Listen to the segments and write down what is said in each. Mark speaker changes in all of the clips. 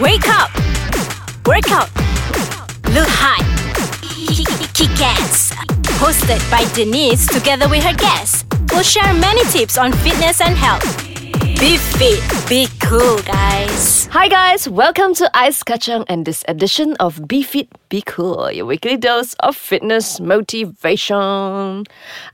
Speaker 1: Wake up! Work out! Look high! Kick ass! Hosted by Denise together with her guests. We'll share many tips on fitness and health. Be fit, be cool, guys.
Speaker 2: Hi guys, welcome to Ice Kacang and this edition of Be Fit, Be Cool, your weekly dose of fitness motivation.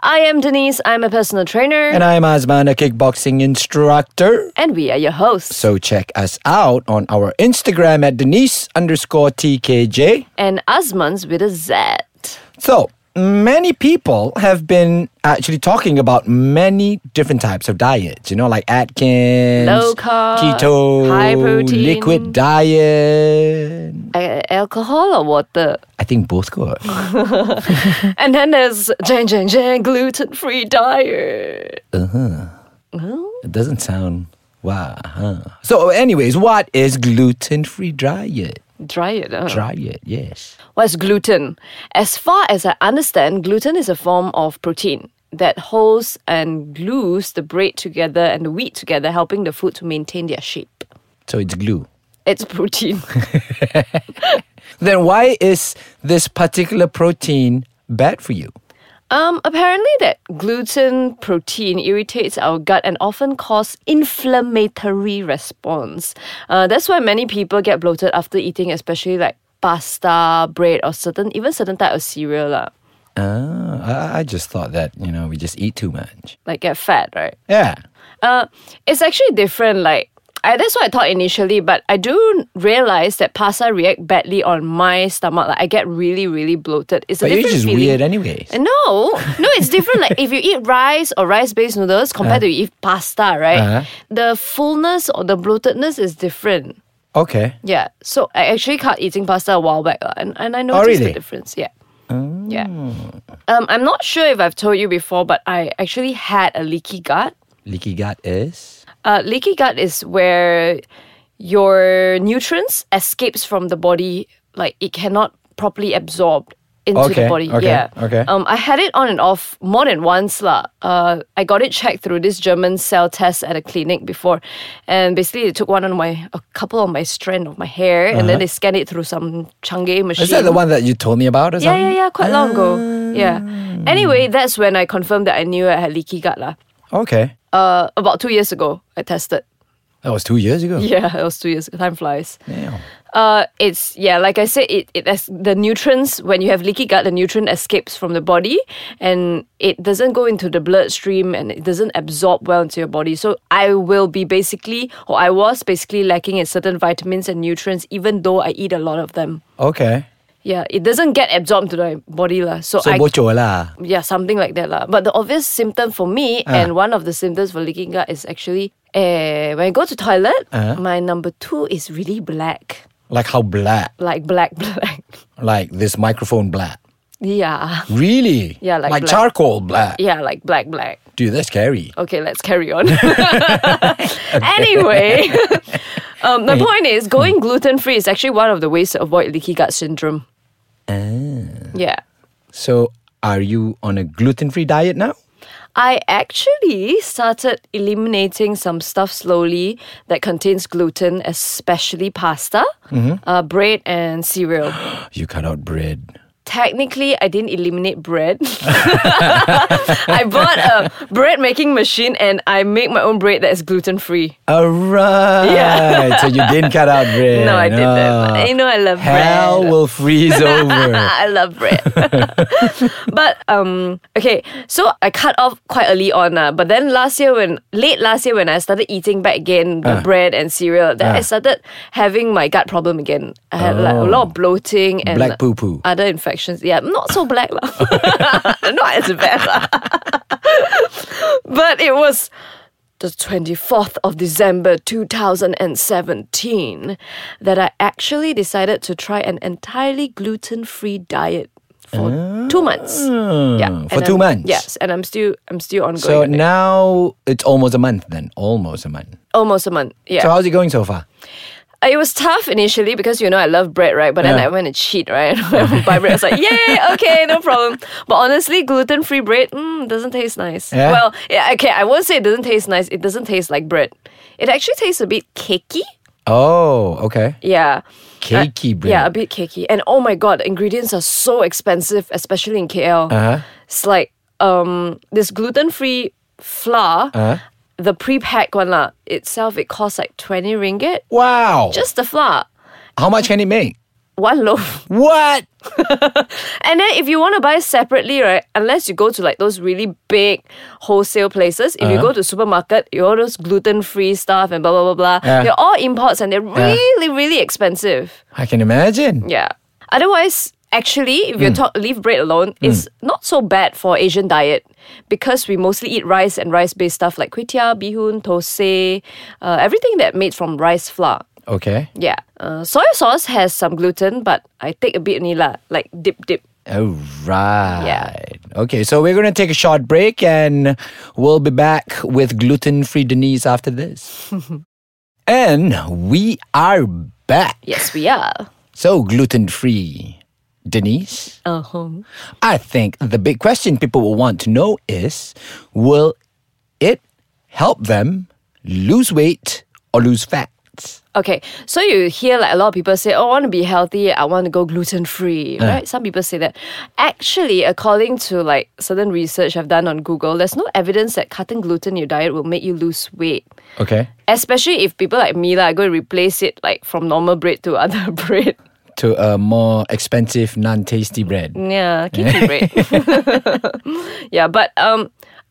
Speaker 2: I am Denise, I'm a personal trainer,
Speaker 3: And I'm Azman, a kickboxing instructor.
Speaker 2: and we are your hosts.
Speaker 3: So check us out on our Instagram at Denise underscore TKJ.
Speaker 2: and Asman's with a Z.
Speaker 3: So many people have been actually talking about many different types of diets, you know, like Atkins,
Speaker 2: Low carb,
Speaker 3: keto,
Speaker 2: high protein.
Speaker 3: liquid diet.
Speaker 2: A- alcohol or water?
Speaker 3: I think both good.
Speaker 2: and then there's Jan Jan Jan gluten free diet.
Speaker 3: it doesn't sound wow. huh? So, anyways, what is gluten-free diet?
Speaker 2: Dry it. Huh?
Speaker 3: Diet, yes.
Speaker 2: What's gluten? As far as I understand, gluten is a form of protein that holds and glues the bread together and the wheat together, helping the food to maintain their shape.
Speaker 3: So it's glue.
Speaker 2: It's protein.
Speaker 3: Then why is this particular protein bad for you?
Speaker 2: um, apparently, that gluten protein irritates our gut and often cause inflammatory response. Uh, that's why many people get bloated after eating, especially like pasta, bread, or certain even certain type of cereal, lah.
Speaker 3: Ah, I, I just thought that, you know, we just eat too much.
Speaker 2: Like get fat, right?
Speaker 3: Yeah.
Speaker 2: Uh, it's actually different. Like I, that's what I thought initially, but I do realize that pasta react badly on my stomach. Like I get really, really bloated. It's a
Speaker 3: But you're
Speaker 2: different
Speaker 3: just
Speaker 2: feeling.
Speaker 3: weird eh? anyways.
Speaker 2: Uh, No, no, it's different. like if you eat rice or rice-based noodles compared to you eat pasta, right?
Speaker 3: Uh-huh.
Speaker 2: The fullness or the bloatedness is different.
Speaker 3: Okay.
Speaker 2: Yeah. So I actually cut eating pasta a while back, uh, and, and I noticed the
Speaker 3: Oh, really? Oh.
Speaker 2: difference. Yeah. Yeah. Um, I'm not sure if I've told you before, but I actually had a leaky gut.
Speaker 3: Leaky gut is?
Speaker 2: Uh, leaky gut is where your nutrients escapes from the body, like it cannot properly absorbed into the
Speaker 3: Okay,
Speaker 2: body.
Speaker 3: okay,
Speaker 2: yeah.
Speaker 3: okay.
Speaker 2: Um, I had it on and off more than once, lah. Uh, I got it checked through this German cell test at a clinic before, and basically they took one on my a couple of my strand of my hair, and then they scanned it through some Chang'e machine.
Speaker 3: Uh-huh. Is that the one Ah. that you told me about or
Speaker 2: Yeah,
Speaker 3: something?
Speaker 2: yeah, yeah. Quite long ago. Yeah. Anyway, that's when I confirmed that I knew I had leaky gut, lah.
Speaker 3: Ah, Okay.
Speaker 2: Uh, about two years ago, I tested.
Speaker 3: That was two years ago.
Speaker 2: Yeah, it was two years. ago. Time flies.
Speaker 3: Damn.
Speaker 2: Uh, it's yeah, like I said, it it as the nutrients when you have leaky gut, the nutrient escapes from the body and it doesn't go into the bloodstream and it doesn't absorb well into your body. So I will be basically, or I was basically lacking in certain vitamins and nutrients, even though I eat a lot of them.
Speaker 3: Okay.
Speaker 2: Yeah, it doesn't get absorbed into the body lah. So,
Speaker 3: So
Speaker 2: I
Speaker 3: bocor lah.
Speaker 2: yeah, something like that lah. But the obvious symptom for me and one of the symptoms for leaking gut is actually uh, when I go to toilet,
Speaker 3: Ah.
Speaker 2: my number two is really black.
Speaker 3: Like how black?
Speaker 2: like black black
Speaker 3: Like this microphone black.
Speaker 2: yeah
Speaker 3: Really?
Speaker 2: Yeah, like black.
Speaker 3: charcoal black.
Speaker 2: yeah like black black
Speaker 3: Dude, that's scary.
Speaker 2: okay let's carry on anyway um, the point is going gluten-free is actually one of the ways to avoid leaky gut syndrome yeah
Speaker 3: So, are you on a gluten-free diet now?
Speaker 2: I actually started eliminating some stuff slowly that contains gluten, especially pasta, uh, bread, and cereal.
Speaker 3: You cut out bread.
Speaker 2: technically I didn't eliminate bread. I bought a bread making machine and I make my own bread that is gluten free.
Speaker 3: All right.
Speaker 2: Yeah.
Speaker 3: so you didn't cut out bread.
Speaker 2: No, I didn't.
Speaker 3: Oh.
Speaker 2: You know I love
Speaker 3: Hell
Speaker 2: bread.
Speaker 3: will freeze over.
Speaker 2: I love bread. but um okay, so I cut off quite early on, uh, but then last year when late last year when I started eating back again the
Speaker 3: Ah.
Speaker 2: bread and cereal, then I started having my gut problem again. I had like a lot of bloating and
Speaker 3: Oh. Black poo poo.
Speaker 2: Other infections. Yeah, not so black lah. not as bad lah. but it was the 24th of December 2017 that I actually decided to try an entirely gluten free diet for two months. Yeah,
Speaker 3: Ah. Hmm. for
Speaker 2: and
Speaker 3: two
Speaker 2: I'm-
Speaker 3: months?
Speaker 2: Yes, and I'm still I'm still ongoing.
Speaker 3: So
Speaker 2: with it.
Speaker 3: now it's almost a month then. Almost a month.
Speaker 2: almost a month. Yeah,
Speaker 3: So how's it going so far?
Speaker 2: Uh, it was tough initially because you know I love bread, right? But then I
Speaker 3: Yeah.
Speaker 2: went to cheat, right? Buy bread. I was like, yay, okay, no problem. But honestly, gluten free bread mm, doesn't taste nice.
Speaker 3: Yeah?
Speaker 2: Well, yeah, okay, I won't say it doesn't taste nice. It doesn't taste like bread. It actually tastes a bit cakey.
Speaker 3: Oh, okay.
Speaker 2: Yeah.
Speaker 3: Cakey
Speaker 2: Uh,
Speaker 3: bread.
Speaker 2: Yeah, a bit cakey. And oh my god, the ingredients are so expensive, especially in KL.
Speaker 3: Uh-huh.
Speaker 2: It's like um this gluten free flour,
Speaker 3: Uh-huh.
Speaker 2: the pre pack one lah, itself it costs like twenty ringgit.
Speaker 3: Wow.
Speaker 2: Just the flour.
Speaker 3: How much can it make?
Speaker 2: One loaf.
Speaker 3: What?
Speaker 2: And then if you want to buy separately, right, unless you go to like those really big wholesale places, if you go to supermarket, you all those gluten free stuff and blah blah blah blah.
Speaker 3: Yeah.
Speaker 2: They're all imports and they're really, really expensive.
Speaker 3: I can imagine.
Speaker 2: Yeah. Otherwise, actually, if you talk leave bread alone, it's not so bad for Asian diet because we mostly eat rice and rice-based stuff like kwetiau, bihun, thosai, uh, everything that made from rice flour.
Speaker 3: Okay.
Speaker 2: Yeah. Uh, soy sauce has some gluten, but I take a bit only lah, like dip dip.
Speaker 3: All right. Okay, so we're going to take a short break and we'll be back with gluten free Denise after this. and we are back.
Speaker 2: Yes, we are.
Speaker 3: So, gluten free Denise,
Speaker 2: Uh-huh.
Speaker 3: I think the big question people will want to know is will it help them lose weight or lose fat?
Speaker 2: Okay, so you hear like a lot of people say, "Oh, I want to be healthy. I want to go gluten free." Right? Some people say that. Actually, according to like certain research I've done on Google, there's no evidence that cutting gluten in your diet will make you lose weight.
Speaker 3: Okay.
Speaker 2: Especially if people like me like, are going to replace it like from normal bread to other bread.
Speaker 3: To a more expensive, non tasty bread.
Speaker 2: Yeah, kinky bread. yeah, but um,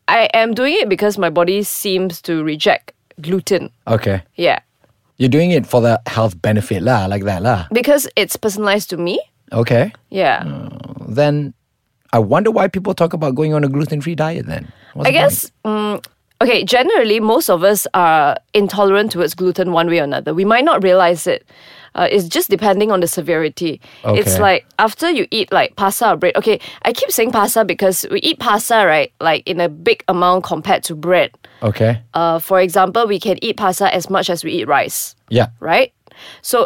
Speaker 2: I am doing it because my body seems to reject gluten.
Speaker 3: Okay.
Speaker 2: Yeah,
Speaker 3: You're doing it for the health benefit, lah, like that, lah.
Speaker 2: because it's personalized to me.
Speaker 3: Okay.
Speaker 2: Yeah.
Speaker 3: Then I wonder why people talk about going on a gluten free diet then. What's
Speaker 2: I
Speaker 3: the point?
Speaker 2: guess. Um, okay, generally, most of us are intolerant towards gluten one way or another. We might not realize it. Uh, it's just depending on the severity. It's
Speaker 3: Okay.
Speaker 2: like after you eat like pasta or bread. Okay, I keep saying pasta because we eat pasta right, like in a big amount compared to bread.
Speaker 3: Okay.
Speaker 2: Uh, for example, we can eat pasta as much as we eat rice
Speaker 3: Yeah.
Speaker 2: right? So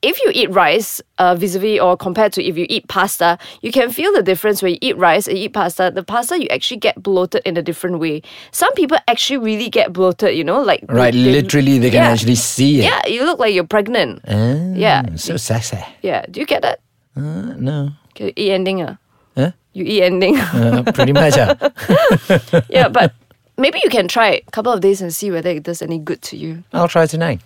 Speaker 2: if you eat rice uh, vis-a-vis or compared to if you eat pasta, you can feel the difference when you eat rice and eat pasta. The pasta, you actually get bloated in a different way. Some people actually really get bloated, you know, like... they-
Speaker 3: Right.
Speaker 2: they-
Speaker 3: Literally, they can
Speaker 2: Yeah.
Speaker 3: actually see it.
Speaker 2: Yeah, you look like you're pregnant.
Speaker 3: Ah,
Speaker 2: Yeah.
Speaker 3: So sassy.
Speaker 2: Yeah, do you get that?
Speaker 3: Uh, no.
Speaker 2: Okay, E ending ah.
Speaker 3: Huh?
Speaker 2: You E ending.
Speaker 3: Uh, pretty much. ah.
Speaker 2: yeah, but maybe you can try it a couple of days and see whether it does any good to you.
Speaker 3: I'll try tonight.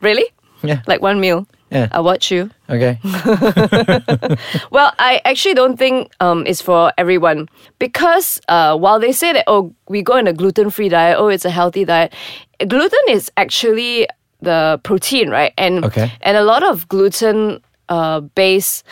Speaker 2: Really?
Speaker 3: Yeah.
Speaker 2: Like one meal.
Speaker 3: Yeah.
Speaker 2: I watch you.
Speaker 3: Okay.
Speaker 2: Well, I actually don't think um, it's for everyone because uh, while they say that oh we go on a gluten free diet oh it's a healthy diet, gluten is actually the protein right and
Speaker 3: Okay.
Speaker 2: and a lot of gluten uh, based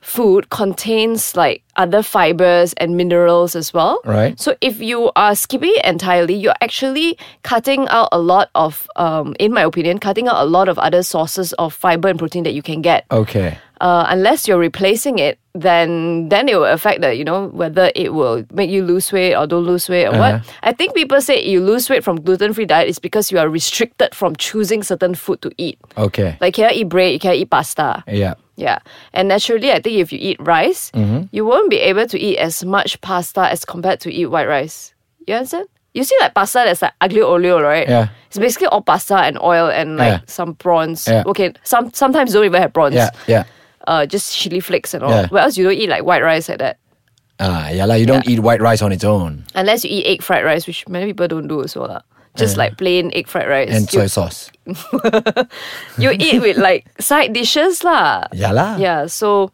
Speaker 2: food contains like other fibers and minerals as well.
Speaker 3: Right.
Speaker 2: So if you are skipping it entirely, you're actually cutting out a lot of um, in my opinion, cutting out a lot of other sources of fiber and protein that you can get
Speaker 3: Okay.
Speaker 2: uh, unless you're replacing it, then then it will affect the you know whether it will make you lose weight or don't lose weight or what.
Speaker 3: Uh-huh.
Speaker 2: I think people say you lose weight from gluten free diet is because you are restricted from choosing certain food to eat.
Speaker 3: Okay.
Speaker 2: Like you cannot eat bread, you cannot eat pasta.
Speaker 3: yeah.
Speaker 2: Yeah, and naturally, I think if you eat rice,
Speaker 3: Mm-hmm.
Speaker 2: you won't be able to eat as much pasta as compared to eat white rice. You understand? You see, like pasta that's like aglio olio, right?
Speaker 3: Yeah.
Speaker 2: It's basically all pasta and oil and like
Speaker 3: Yeah.
Speaker 2: some prawns.
Speaker 3: Yeah.
Speaker 2: Okay, some sometimes don't even have prawns
Speaker 3: Yeah. Yeah.
Speaker 2: uh, just chili flakes and all.
Speaker 3: Yeah.
Speaker 2: Whereas you don't eat like white rice like that.
Speaker 3: Ah, yeah, like you don't eat white rice on its own
Speaker 2: Unless you eat egg fried rice, which many people don't do as well. lah. Just like plain egg fried rice.
Speaker 3: and
Speaker 2: you,
Speaker 3: soy sauce.
Speaker 2: you eat with like side dishes lah.
Speaker 3: Yeah lah.
Speaker 2: Yeah. So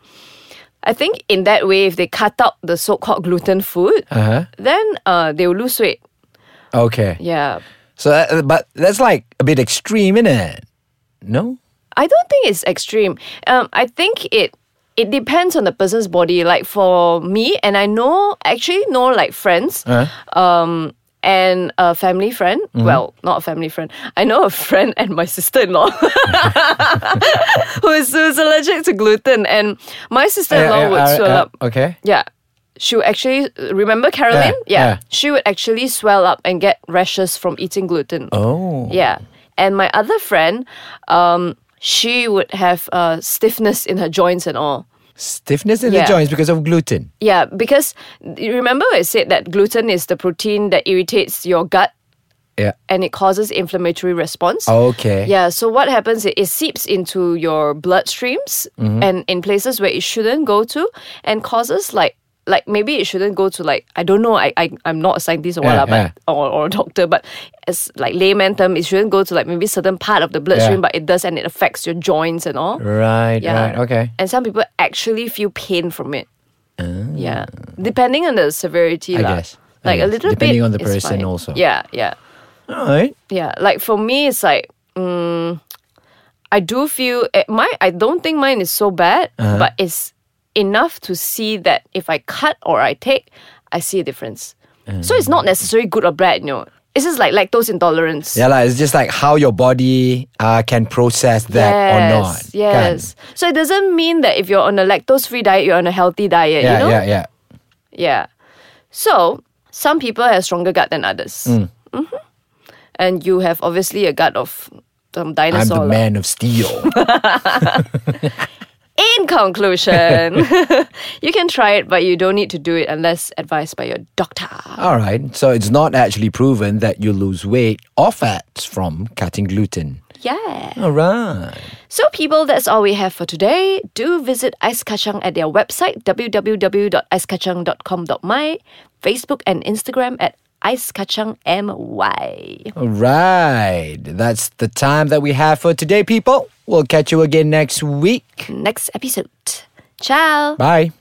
Speaker 2: I think in that way, if they cut out the so-called gluten food,
Speaker 3: Uh-huh.
Speaker 2: then uh, they will lose weight.
Speaker 3: Okay.
Speaker 2: Yeah.
Speaker 3: So, that, but that's like a bit extreme, isn't it? No.
Speaker 2: I don't think it's extreme. Um, I think it it depends on the person's body. Like for me, and I know actually know like friends,
Speaker 3: Uh-huh.
Speaker 2: um, and a family friend.
Speaker 3: Mm-hmm.
Speaker 2: Well, not a family friend. I know a friend and my sister in law who is who's allergic to gluten, and my sister in law
Speaker 3: Uh, uh,
Speaker 2: would
Speaker 3: uh,
Speaker 2: swell
Speaker 3: uh,
Speaker 2: up.
Speaker 3: Okay.
Speaker 2: Yeah. She would actually remember Caroline?
Speaker 3: Yeah, yeah.
Speaker 2: She would actually swell up and get rashes from eating gluten.
Speaker 3: Oh.
Speaker 2: Yeah. And my other friend, um, she would have uh, stiffness in her joints and all.
Speaker 3: Stiffness in
Speaker 2: Yeah.
Speaker 3: the joints because of gluten.
Speaker 2: Yeah, because you remember I said that gluten is the protein that irritates your gut
Speaker 3: Yeah.
Speaker 2: and it causes inflammatory response.
Speaker 3: Oh, Okay.
Speaker 2: Yeah, so what happens it, it seeps into your bloodstreams
Speaker 3: Mm-hmm.
Speaker 2: and in places where it shouldn't go to and causes like like maybe it shouldn't go to like I don't know, I, I I'm not a scientist or what
Speaker 3: Yeah,
Speaker 2: lah, but or, or a doctor, but as like layman term, it shouldn't go to like maybe certain part of the bloodstream, but it does and it affects your joints and all.
Speaker 3: Right.
Speaker 2: Yeah.
Speaker 3: Right. Okay. Ah.
Speaker 2: And some people actually feel pain from it. Yeah. Depending on the severity.
Speaker 3: I
Speaker 2: lah.
Speaker 3: guess. I
Speaker 2: Like a
Speaker 3: guess.
Speaker 2: little bit.
Speaker 3: Depending on the
Speaker 2: is
Speaker 3: person
Speaker 2: fine.
Speaker 3: also.
Speaker 2: Yeah, yeah.
Speaker 3: All right.
Speaker 2: Yeah. Like for me it's like mm, I do feel eh, my I don't think mine is so bad,
Speaker 3: Uh-huh.
Speaker 2: but it's enough to see that if I cut or I take, I see a difference. So it's not necessarily good or bad, you know. It's just like lactose intolerance.
Speaker 3: Yeah, like, it's just like how your body uh, can process that or not.
Speaker 2: Yes. yes.
Speaker 3: Kan?
Speaker 2: So it doesn't mean that if you're on a lactose free diet, you're on a healthy diet,
Speaker 3: Yeah,
Speaker 2: you know?
Speaker 3: yeah, yeah.
Speaker 2: Yeah. So some people have stronger gut than others.
Speaker 3: Mm.
Speaker 2: hmm And you have obviously a gut of some
Speaker 3: I'm
Speaker 2: dinosaur.
Speaker 3: the
Speaker 2: lah.
Speaker 3: man of steel.
Speaker 2: In conclusion, you can try it, but you don't need to do it unless advised by your doctor.
Speaker 3: All right. So it's not actually proven that you lose weight or fats from cutting gluten.
Speaker 2: Yeah.
Speaker 3: All right.
Speaker 2: So, people, that's all we have for today. Do visit Ice Kacang at their website, www.icekacang.com.my, Facebook and Instagram at Ice Kacang MY.
Speaker 3: All right. That's the time that we have for today, people. We'll catch you again next week.
Speaker 2: Next episode. Ciao.
Speaker 3: Bye.